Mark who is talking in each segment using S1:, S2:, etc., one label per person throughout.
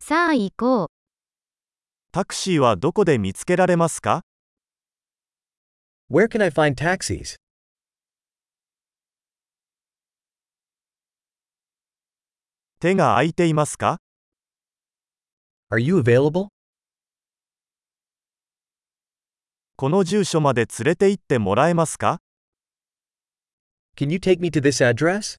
S1: さあ行こう。
S2: タクシーはどこで見つけられますか
S3: Where can I find taxis?
S2: 手が空いていますか
S3: Are you available?
S2: この住所まで連れて行ってもらえますか
S3: Can you take me to this address?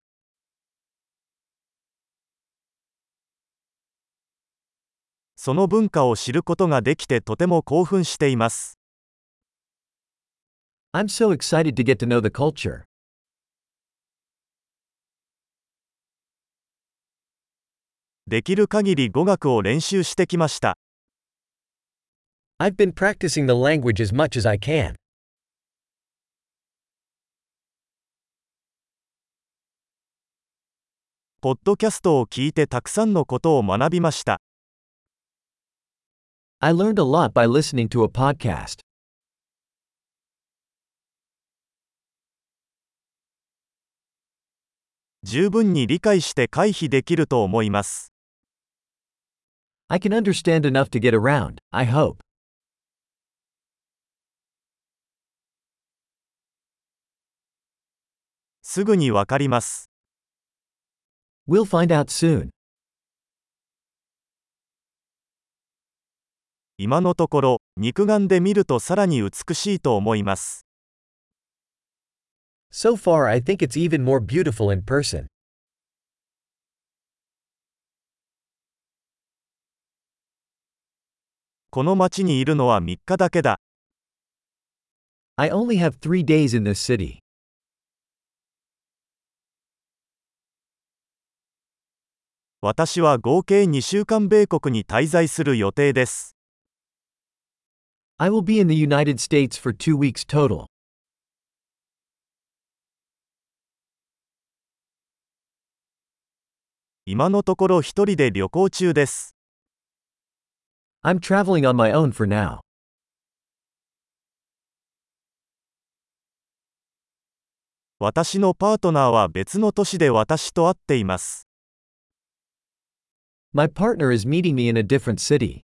S2: その文化を知ることができてとても興奮しています。
S3: I'm so excited to get to know the culture.
S2: できる限り語学を練習してきました。
S3: I've been practicing the language as much as I can.
S2: ポッドキャストを聞いてたくさんのことを学びました。
S3: I learned a lot by listening to a podcast.
S2: 十分に理解して回避できると思います。
S3: I can understand enough to get around, I hope.
S2: すぐにわかります。
S3: We'll find out soon.
S2: 今のところ、肉眼で見るとさらに美しいと思います。
S3: So far, I think it's even more beautiful in person.
S2: この町にいるのは3日だけだ。
S3: I only have three days in this city.
S2: 私は合計2週間米国に滞在する予定です。
S3: I will be in the United States for two weeks total.
S2: 今のところ一人で旅行中です。
S3: I'm traveling on my own for now.
S2: 私のパートナーは別の都市で私と会っています。
S3: My partner is meeting me in a different city.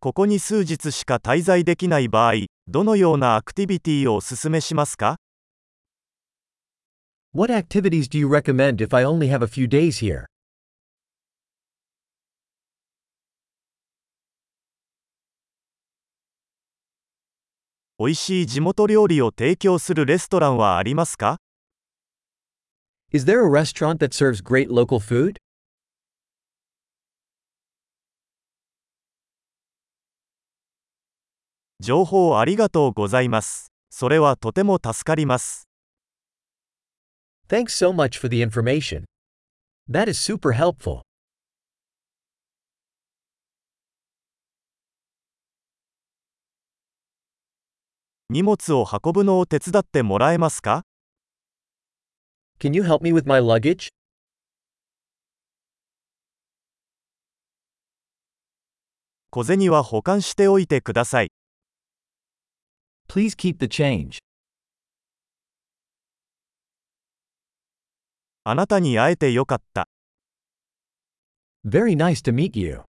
S2: ここに数日しか滞在できない場合、どのようなアクティビティをお勧めしますか
S3: What activities do you recommend if I only have a few days here?
S2: 美味しい地元料理を提供するレストランはありますか
S3: Is there a restaurant that serves great local food?
S2: 情報ありがとうございます。それはとても助かります。
S3: Thanks so much for the information. That is super helpful.
S2: 荷物を運ぶのを手伝ってもらえますか
S3: Can you help me with my luggage?
S2: 小銭は保管しておいてください。
S3: Please keep the change.
S2: あなたに会えてよかった。
S3: Very nice to meet you.